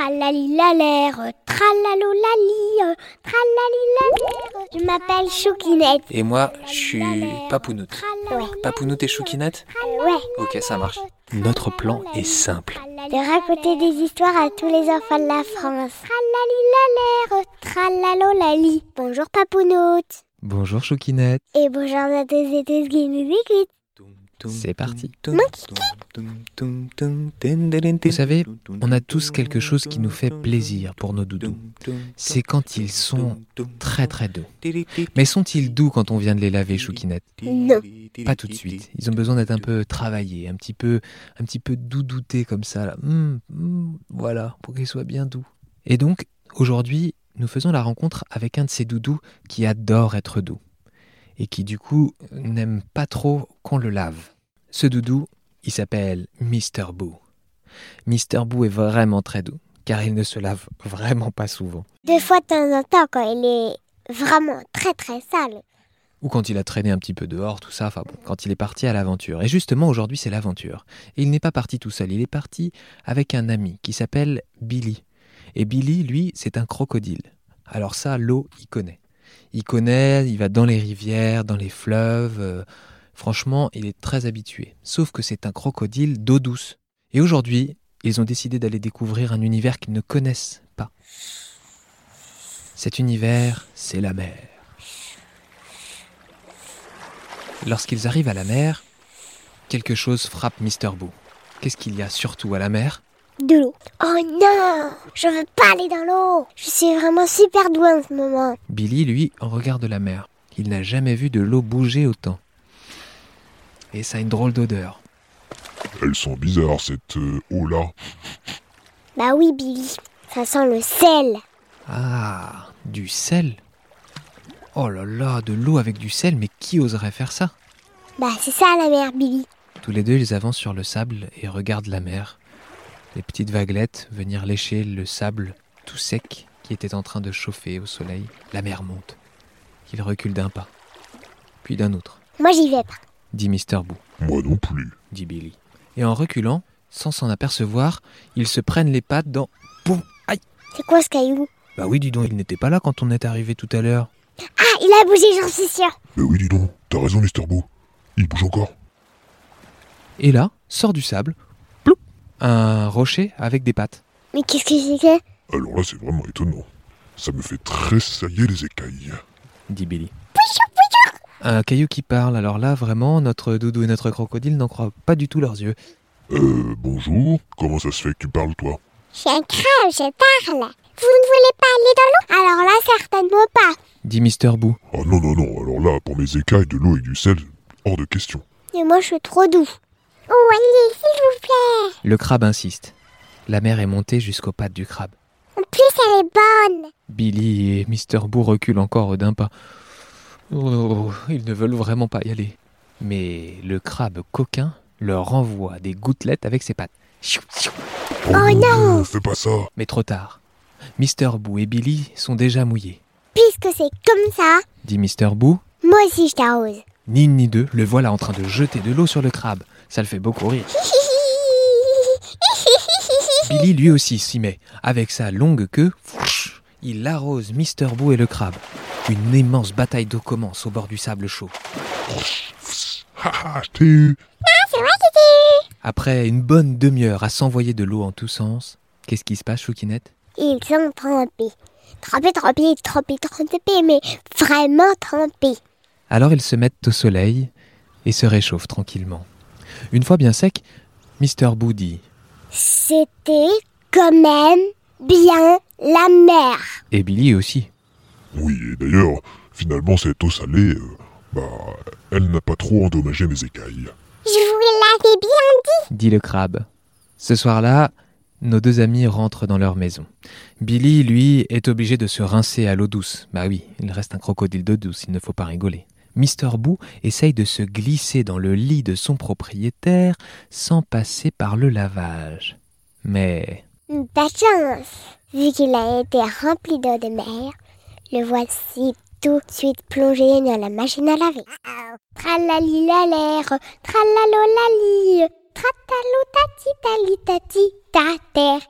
Tralali la l'air, tralalo la tralali la Je m'appelle Choukinette. Et moi, je suis Papounoute. Ouais. Papounoute et Choukinette Ouais, Ok, ça marche. Notre plan est simple. de raconter des histoires à tous les enfants de la France. Tralali la l'air, tralalo lali. Bonjour Papounoute. Bonjour Choukinette. Et bonjour à tous et tous qui nous écoutent. C'est parti. Vous savez, On a tous quelque chose qui nous fait plaisir pour nos doudous. C'est quand ils sont très très doux. Mais sont-ils doux quand on vient de les laver, Choukinette Non. Pas tout de suite. Ils ont besoin d'être un peu travaillés, un petit peu, un petit peu doudoutés comme ça. Là. Hum, hum, voilà, pour qu'ils soient bien doux. Et donc, aujourd'hui, nous faisons la rencontre avec un de ces doudous qui adore être doux et qui du coup n'aime pas trop qu'on le lave. Ce doudou, il s'appelle Mister Boo. Mister Boo est vraiment très doux, car il ne se lave vraiment pas souvent. Deux fois de temps en temps quand il est vraiment très très sale. Ou quand il a traîné un petit peu dehors, tout ça, enfin bon, quand il est parti à l'aventure. Et justement, aujourd'hui, c'est l'aventure. Et il n'est pas parti tout seul, il est parti avec un ami qui s'appelle Billy. Et Billy, lui, c'est un crocodile. Alors ça, l'eau, il connaît. Il connaît, il va dans les rivières, dans les fleuves. euh, franchement, il est très habitué. Sauf que c'est un crocodile d'eau douce. Et aujourd'hui, ils ont décidé d'aller découvrir un univers qu'ils ne connaissent pas. Cet univers, c'est la mer. Lorsqu'ils arrivent à la mer, quelque chose frappe Mr. Boo. Qu'est-ce qu'il y a surtout à la mer De l'eau. Oh non Je veux pas aller dans l'eau Je suis vraiment super douée en ce moment. Billy, lui, en regarde la mer. Il n'a jamais vu de l'eau bouger autant. Et ça a une drôle d'odeur. Elles sont bizarres, cette euh, eau-là. Bah oui, Billy. Ça sent le sel. Ah, du sel Oh là là, de l'eau avec du sel, mais qui oserait faire ça Bah c'est ça la mer, Billy. Tous les deux, ils avancent sur le sable et regardent la mer. Les petites vaguelettes venir lécher le sable tout sec qui était en train de chauffer au soleil. La mer monte. Ils reculent d'un pas, puis d'un autre, Moi j'y vais pas. dit Mr. Boo, Moi non plus. dit Billy. Et en reculant, sans s'en apercevoir, ils se prennent les pattes dans. Boum Aïe C'est quoi ce caillou Bah oui, dis donc, il n'était pas là quand on est arrivé tout à l'heure. Ah, il a bougé, j'en suis sûre. Mais Ben oui, dis donc, t'as raison, Mr. Beau. Il bouge encore. Et là, sort du sable, ploup, un rocher avec des pattes. Mais qu'est-ce que c'est que Alors là, c'est vraiment étonnant. Ça me fait tressailler les écailles. dit Billy. Un caillou qui parle, alors là vraiment, notre doudou et notre crocodile n'en croient pas du tout leurs yeux. Euh, bonjour. Comment ça se fait que tu parles, toi C'est un crabe, je parle. Vous ne voulez pas aller dans l'eau Alors là, certainement pas. Dit Mister Boo. Ah non, non, non. Alors là, pour mes écailles, de l'eau et du sel, hors de question. Et moi je suis trop doux. Oh, allez, s'il vous plaît. Le crabe insiste. La mer est montée jusqu'aux pattes du crabe. En plus, elle est bonne. Billy et Mister Boo reculent encore d'un pas. Oh, ils ne veulent vraiment pas y aller. Mais le crabe coquin leur envoie des gouttelettes avec ses pattes. Chou, chou. Oh, non Fais pas ça Mais trop tard. Mister Boo et Billy sont déjà mouillés. Puisque c'est comme ça, Dit Mister Boo, moi aussi je t'arrose. Ni une ni deux, le voilà en train de jeter de l'eau sur le crabe. Ça le fait beaucoup rire. Billy lui aussi s'y met. Avec sa longue queue, fouch, il arrose Mister Boo et le crabe. Une immense bataille d'eau commence au bord du sable chaud. Ha ha, je t'ai eu Après une bonne demi-heure à s'envoyer de l'eau en tous sens, qu'est-ce qui se passe, Choukinette Ils sont trempés. Trempés, trempés, trempés, trempés, mais vraiment trempés. Alors ils se mettent au soleil et se réchauffent tranquillement. Une fois bien sec, Mister Boo dit C'était quand même bien la mer. Et Billy aussi. Oui, et d'ailleurs, finalement, cette eau salée, euh, bah, elle n'a pas trop endommagé mes écailles. Je vous l'avais bien. dit le crabe. Ce soir-là, nos deux amis rentrent dans leur maison. Billy, lui, est obligé de se rincer à l'eau douce. Bah oui, il reste un crocodile d'eau douce, il ne faut pas rigoler. Mister Boo essaye de se glisser dans le lit de son propriétaire sans passer par le lavage. Mais Pas de chance. Vu qu'il a été rempli d'eau de mer, le voici tout de suite plongé dans la machine à laver. Ah, oh. Tralali la l'air, tralalolali, tratalou tati tali tati ta terre.